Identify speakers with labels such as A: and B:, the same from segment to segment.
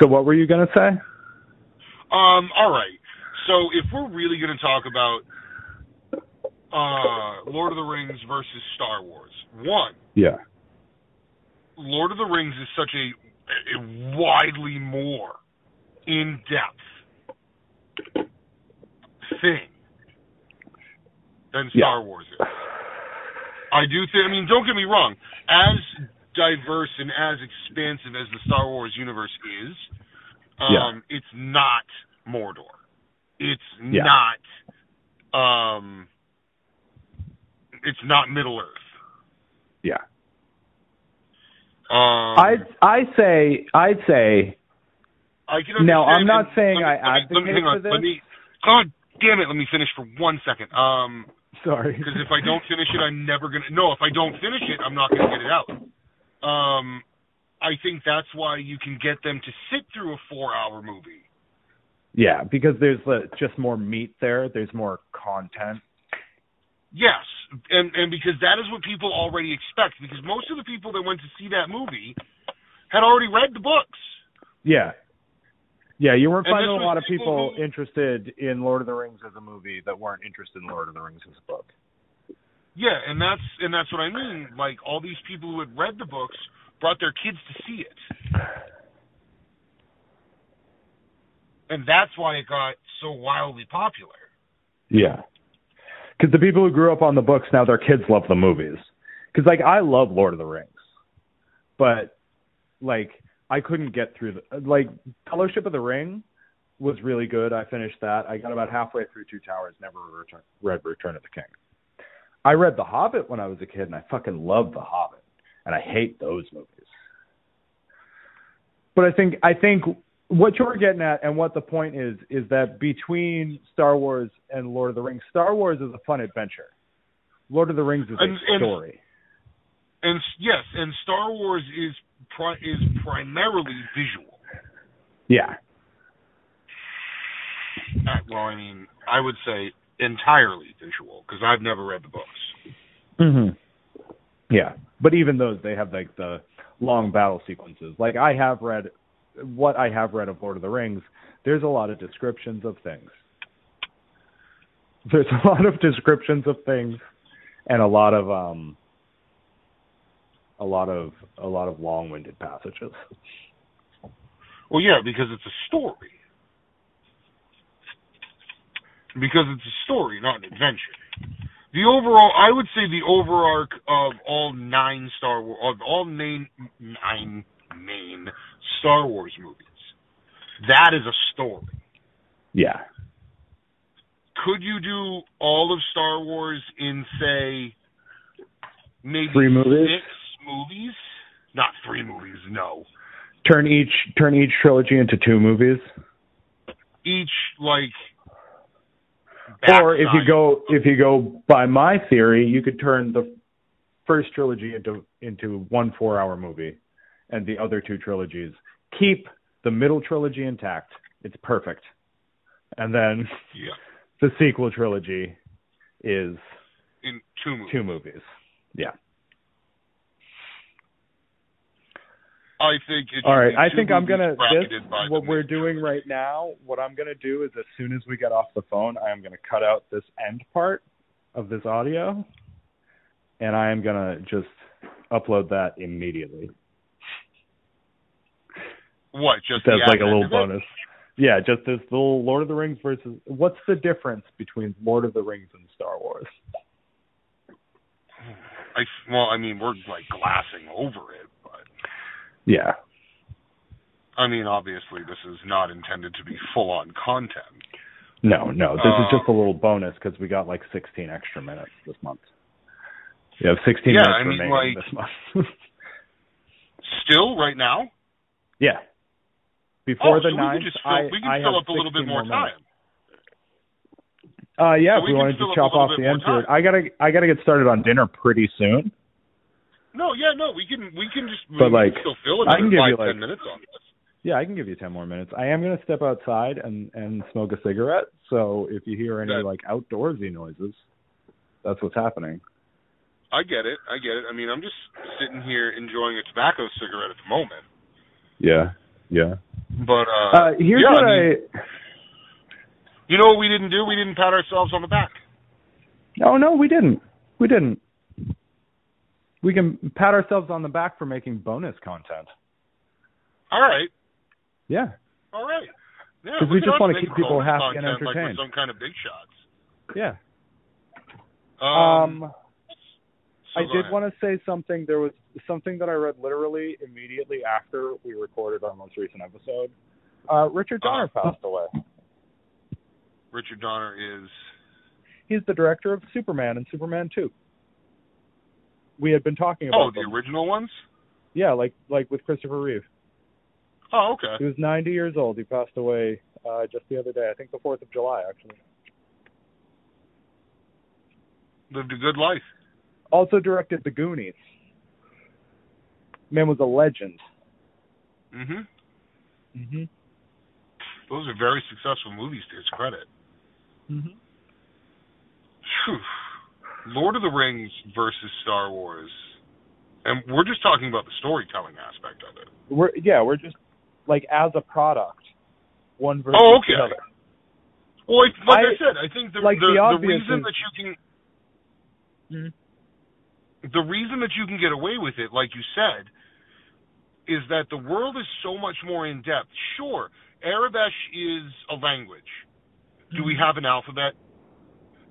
A: So what were you going to say?
B: Um, all right. So if we're really going to talk about uh, Lord of the Rings versus Star Wars, one,
A: Yeah.
B: Lord of the Rings is such a, a widely more in depth thing than
A: Yeah.
B: Star Wars is. I do think. I mean, don't get me wrong. As diverse and as expansive as the Star Wars universe is, um, it's not Mordor. It's
A: Yeah.
B: not. Um, it's not Middle Earth.
A: Yeah.
B: Um,
A: I I say I say
B: I can
A: No,
B: understand-
A: I'm not
B: and
A: saying
B: let me-
A: I
B: let me- let me-
A: advocate
B: hang on,
A: for this.
B: Let me, God damn it! Let me finish for one second. Um,
A: sorry.
B: because if I don't finish it, I'm never gonna. No, if I don't finish it, I'm not gonna get it out. Um, I think that's why you can get them to sit through a four-hour movie.
A: Yeah, because there's uh, just more meat there. There's more content.
B: Yes, and and because that is what people already expect. Because most of the people that went to see that movie had already read the books.
A: Yeah. Yeah, you weren't
B: And
A: finding
B: this
A: a
B: was
A: lot of
B: people
A: people
B: who-
A: interested in Lord of the Rings as a movie that weren't interested in Lord of the Rings as a book.
B: Yeah, and that's and that's what I mean. Like all these people who had read the books brought their kids to see it, and that's why it got so wildly popular.
A: Yeah. Because the people who grew up on the books now their kids love the movies. Because like I love Lord of the Rings, but like I couldn't get through the like Fellowship of the Ring was really good. I finished that. I got about halfway through Two Towers. Never return, read Return of the King. I read The Hobbit when I was a kid, and I fucking loved The Hobbit, and I hate those movies. But I think I think what you're getting at and what the point is is that between Star Wars and Lord of the Rings, Star Wars is a fun adventure. Lord of the Rings is a
B: And- and-
A: story.
B: And s- yes, and Star Wars is pri- is primarily visual.
A: Yeah.
B: Uh, well, I mean, I would say entirely visual because I've never read the books.
A: Mm-hmm. Yeah, but even those they have like the long battle sequences. Like I have read what I have read of Lord of the Rings. There's a lot of descriptions of things. There's a lot of descriptions of things, and a lot of um, a lot of a lot of long-winded passages.
B: Well, yeah, because it's a story. Because it's a story, not an adventure. The overall, I would say, the overarch of all nine Star Wars, of all main nine main Star Wars movies, that is a story.
A: Yeah,
B: Could you do all of Star Wars in say maybe
A: Three movies?
B: six movies? Not three movies, no.
A: turn each turn each trilogy into two movies,
B: Each like.
A: or if you
B: backside
A: go if you go by my theory, you could turn the first trilogy into into one four hour movie and the other two trilogies keep the middle trilogy intact it's perfect and then
B: Yeah,
A: the sequel trilogy is
B: in two movies.
A: two movies yeah
B: I think. It
A: all
B: should
A: right
B: be
A: i
B: two
A: think i'm
B: movies
A: gonna this
B: bracketed by
A: what
B: the
A: we're
B: major.
A: doing right now what i'm gonna do is as soon as we get off the phone i am gonna cut out this end part of this audio and i am gonna just upload that immediately
B: What? Just
A: That's
B: the
A: like a
B: advent
A: little
B: of it?
A: bonus. Yeah, just this little Lord of the Rings versus. What's the difference between Lord of the Rings and Star Wars?
B: I, well, I mean, we're like glassing over it, but
A: Yeah.
B: I mean, obviously, this is not intended to be full-on content.
A: No, no. This is
B: Uh,
A: just a little bonus because we got like 16 extra minutes this month. We have 16
B: Yeah,
A: minutes
B: I mean,
A: remaining
B: like-
A: this month.
B: Still, right now.
A: yeah. Before
B: oh,
A: the
B: so
A: ninth,
B: we can just fill,
A: I,
B: we can
A: I
B: fill
A: have
B: up a little
A: 16
B: bit more
A: minutes.
B: time.
A: Uh, yeah, if
B: So we
A: we
B: can
A: wanted to
B: fill up a
A: chop
B: little
A: off
B: bit
A: the
B: more
A: end to it,
B: time.
A: I gotta I gotta get started on dinner pretty soon.
B: No, yeah, no, we can we can just we
A: But,
B: can
A: like,
B: still fill
A: I can give
B: another
A: you,
B: five
A: like-
B: ten minutes on this.
A: Yeah, I can give you ten more minutes. I am gonna step outside and and smoke a cigarette. So if you hear any
B: Okay.
A: like outdoorsy noises, that's what's happening.
B: I get it, I get it. I mean, I'm just sitting here enjoying a tobacco cigarette at the moment.
A: Yeah, yeah.
B: But uh,
A: Uh, here's
B: yeah,
A: what
B: I
A: I,
B: mean- you know what we didn't do? We didn't pat ourselves on the back.
A: Oh no, we didn't. We didn't. We can pat ourselves on the back for making bonus content.
B: All right,
A: Yeah.
B: all right. Yeah,
A: 'Cause we
B: can
A: just
B: us
A: wanna
B: make
A: keep people
B: bonus
A: happy and
B: content like we're
A: entertained.
B: some kind of big shots.
A: Yeah.
B: Um, so
A: I
B: go
A: did
B: ahead.
A: want to say something. There was something that I read literally immediately after we recorded our most recent episode. Uh, Richard Donner
B: Uh-huh.
A: passed away.
B: Richard Donner is.
A: He's the director of Superman and Superman 2. We had been talking about
B: Oh, the
A: them.
B: original ones.
A: Yeah, like like with Christopher Reeve.
B: Oh, okay.
A: He was 90 years old. He passed away uh, just the other day. I think the 4th of July, actually.
B: Lived a good life.
A: Also directed The Goonies. Man was a legend.
B: hmm
A: Mm-hmm.
B: Those are very successful movies to his credit.
A: Mm-hmm.
B: Phew. Lord of the Rings versus Star Wars. And we're just talking about the storytelling aspect of it.
A: We're yeah, we're just like as a product, one versus
B: Oh, okay.
A: the other.
B: Well, like, like
A: I-
B: I, said, I think the
A: like,
B: the,
A: the
B: the,
A: obvious
B: reason
A: is-
B: that you can
A: Mm-hmm.
B: the reason that you can get away with it, like you said, is that the world is so much more in depth. Sure, Arabesh is a language. Do we have an alphabet?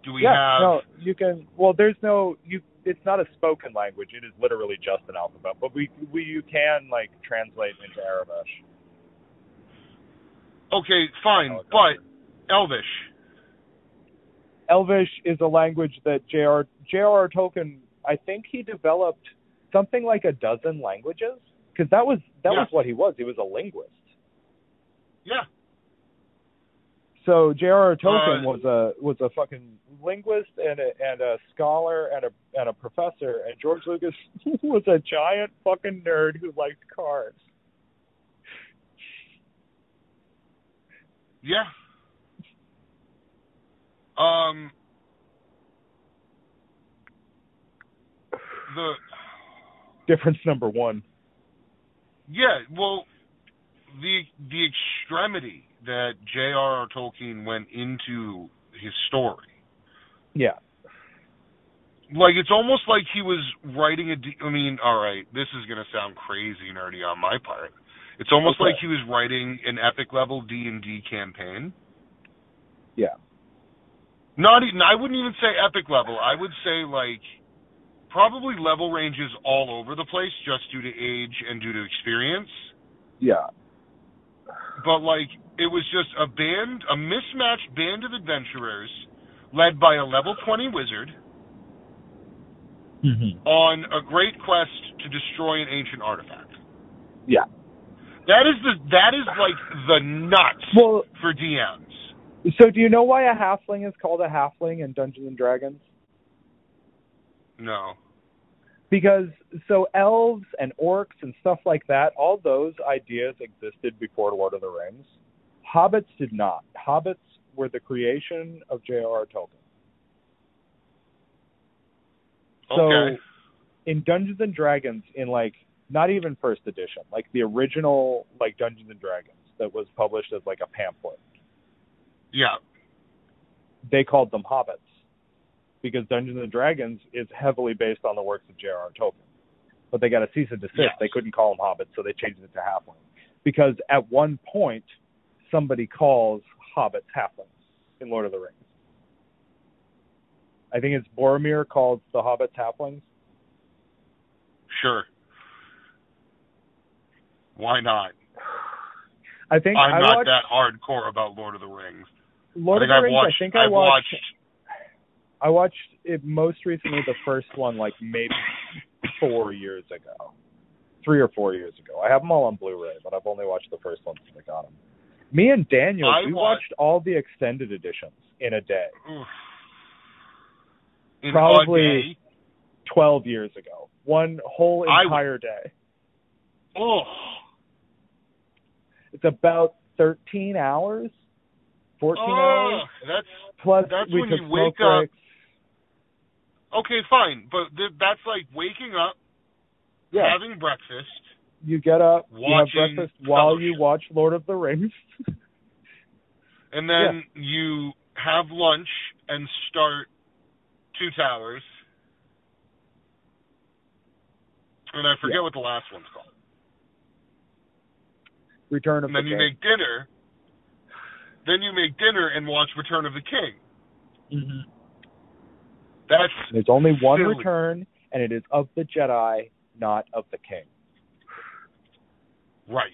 B: Do we
A: Mm-hmm. yeah, no,
B: have
A: you can. Well, there's no you. It's not a spoken language. It is literally just an alphabet. But we we you can like translate into Arabic.
B: Okay, fine,
A: Oh, God.
B: but Elvish.
A: Elvish is a language that J.R. J.R.R. Tolkien. I think he developed something like a dozen languages because that was that
B: Yeah.
A: was what he was. He was a linguist.
B: Yeah.
A: So J.R.R. Tolkien
B: Uh,
A: was a was a fucking linguist and a and a scholar and a and a professor, and George Lucas was a giant fucking nerd who liked cars.
B: Yeah. Um. The
A: Difference number one.
B: yeah, well, the the extremity that J.R.R. Tolkien went into his story,
A: Yeah.
B: like it's almost like he was writing a. D- I mean, all right, this is gonna sound crazy nerdy on my part. It's almost
A: Okay.
B: like he was writing an epic level D and D campaign.
A: Yeah.
B: Not even. I wouldn't even say epic level. I would say like probably level ranges all over the place, just due to age and due to experience.
A: Yeah.
B: But like it was just a band, a mismatched band of adventurers, led by a level twenty wizard
A: Mm-hmm.
B: on a great quest to destroy an ancient artifact.
A: Yeah.
B: That is the that is like the nuts
A: Well,
B: for DMs.
A: so do you know why a halfling is called a halfling in Dungeons and Dragons?
B: No.
A: because so elves and orcs and stuff like that, all those ideas existed before Lord of the Rings. Hobbits did not. Hobbits were the creation of J.R.R. Tolkien.
B: Okay.
A: So in Dungeons and Dragons, in like not even first edition, like the original like Dungeons and Dragons that was published as like a pamphlet,
B: yeah.
A: they called them hobbits because Dungeons and Dragons is heavily based on the works of J.R.R. Tolkien. But they got a cease and desist.
B: Yes.
A: They couldn't call them hobbits, so they changed it to halfling. Because at one point, somebody calls hobbits halflings in Lord of the Rings. I think it's Boromir calls the hobbits halflings.
B: Sure. Why not?
A: I think
B: I'm
A: I
B: not
A: watched
B: that hardcore about Lord of the Rings.
A: Lord
B: I
A: of the
B: think I've
A: Rings.
B: watched.
A: I think I
B: have
A: watched,
B: watched.
A: I watched it most recently the first one like maybe four years ago, three or four years ago. I have them all on Blu-ray, but I've only watched the first one since I got them. Me and Daniel,
B: I
A: we
B: watched-
A: watched all the extended editions in a day,
B: oof. In
A: Probably-
B: a day.
A: twelve years ago, one whole
B: I-
A: entire day.
B: Oh,
A: It's about thirteen hours, fourteen
B: oh,
A: hours.
B: that's
A: Plus,
B: that's
A: we
B: when
A: took
B: you
A: smoke
B: wake up-
A: breaks.
B: okay. Fine, but th- that's like waking up,
A: Yeah,
B: having breakfast,
A: you get up, you have
B: Watching
A: breakfast while you
B: television.
A: watch Lord of the Rings.
B: and then you have lunch and start two towers. And I forget
A: Yeah.
B: what the last one's called.
A: Return of
B: And then
A: the
B: you
A: King.
B: make dinner. Then you make dinner and watch Return of the King. That's
A: There's only one
B: silly.
A: return, and it is of the Jedi, not of the King.
B: right.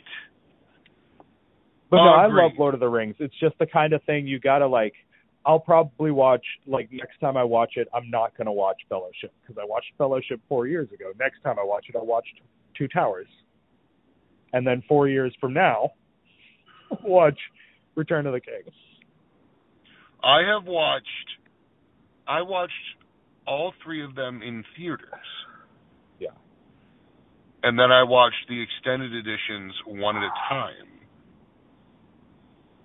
A: But no, I
B: Agreed.
A: love Lord of the Rings. It's just the kind of thing you gotta like. I'll probably watch like next time I watch it. I'm not gonna watch Fellowship because I watched Fellowship four years ago. Next time I watch it, I'll watch Two Towers, and then four years from now, watch Return of the King.
B: I have watched I watched all three of them in theaters.
A: Yeah.
B: And then I watched the extended editions one at a time.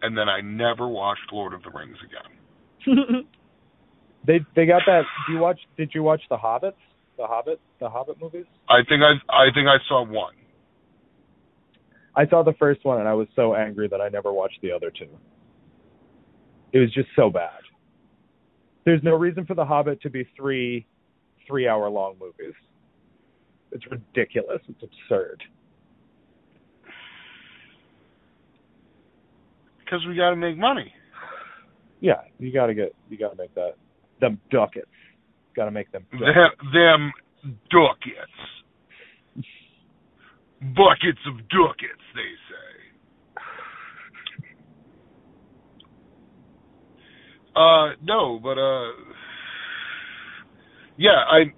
B: And then I never watched Lord of the Rings again.
A: They they got that. Do you watch? Did you watch the Hobbits? The Hobbit, the Hobbit movies.
B: I think I I think I saw one.
A: I saw the first one and I was so angry that I never watched the other two. It was just so bad. There's no reason for The Hobbit to be three three hour long movies. It's ridiculous. It's absurd.
B: Because we gotta make money.
A: Yeah, you gotta get you gotta make that them ducats. Gotta make them ducats.
B: Them, them ducats. Buckets of ducats, they say. Uh, no, but, uh, yeah, I,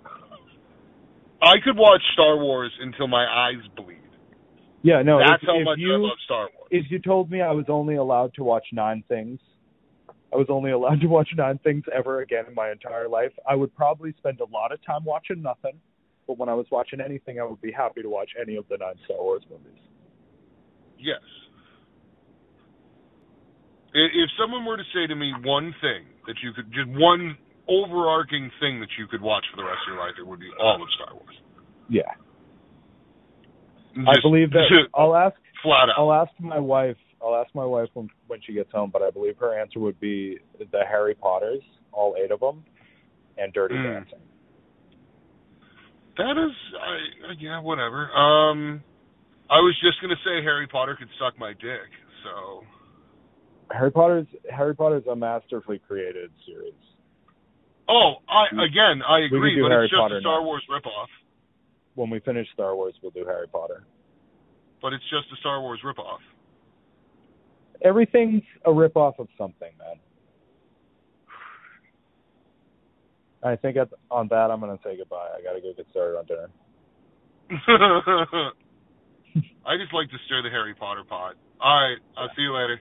B: I could watch Star Wars until my eyes bleed.
A: Yeah, no,
B: That's
A: if,
B: how
A: if
B: much
A: you
B: I love Star Wars.
A: if you told me I was only allowed to watch nine things, I was only allowed to watch nine things ever again in my entire life, I would probably spend a lot of time watching nothing. But when I was watching anything, I would be happy to watch any of the nine Star Wars movies.
B: Yes. I- If someone were to say to me one thing that you could, just one overarching thing that you could watch for the rest of your life, it would be all of Star Wars.
A: Yeah, I
B: Just-
A: believe that. I'll ask.
B: flat out.
A: I'll ask my wife. I'll ask my wife when when she gets home. But I believe her answer would be the Harry Potters, all eight of them, and Dirty
B: Hmm.
A: Dancing.
B: That is, I, yeah, whatever. Um, I was just gonna say Harry Potter could suck my dick. So
A: Harry Potter's Harry Potter's a masterfully created series.
B: Oh, I again, I
A: could
B: agree,
A: do
B: but
A: Harry
B: it's just
A: Potter
B: a Star
A: now.
B: Wars ripoff.
A: When we finish Star Wars, we'll do Harry Potter.
B: But it's just a Star Wars ripoff.
A: everything's a ripoff of something, man. I think at, on that I'm gonna say goodbye. I gotta go get started on dinner.
B: I just like to stir the Harry Potter pot. All right, I'll see you later.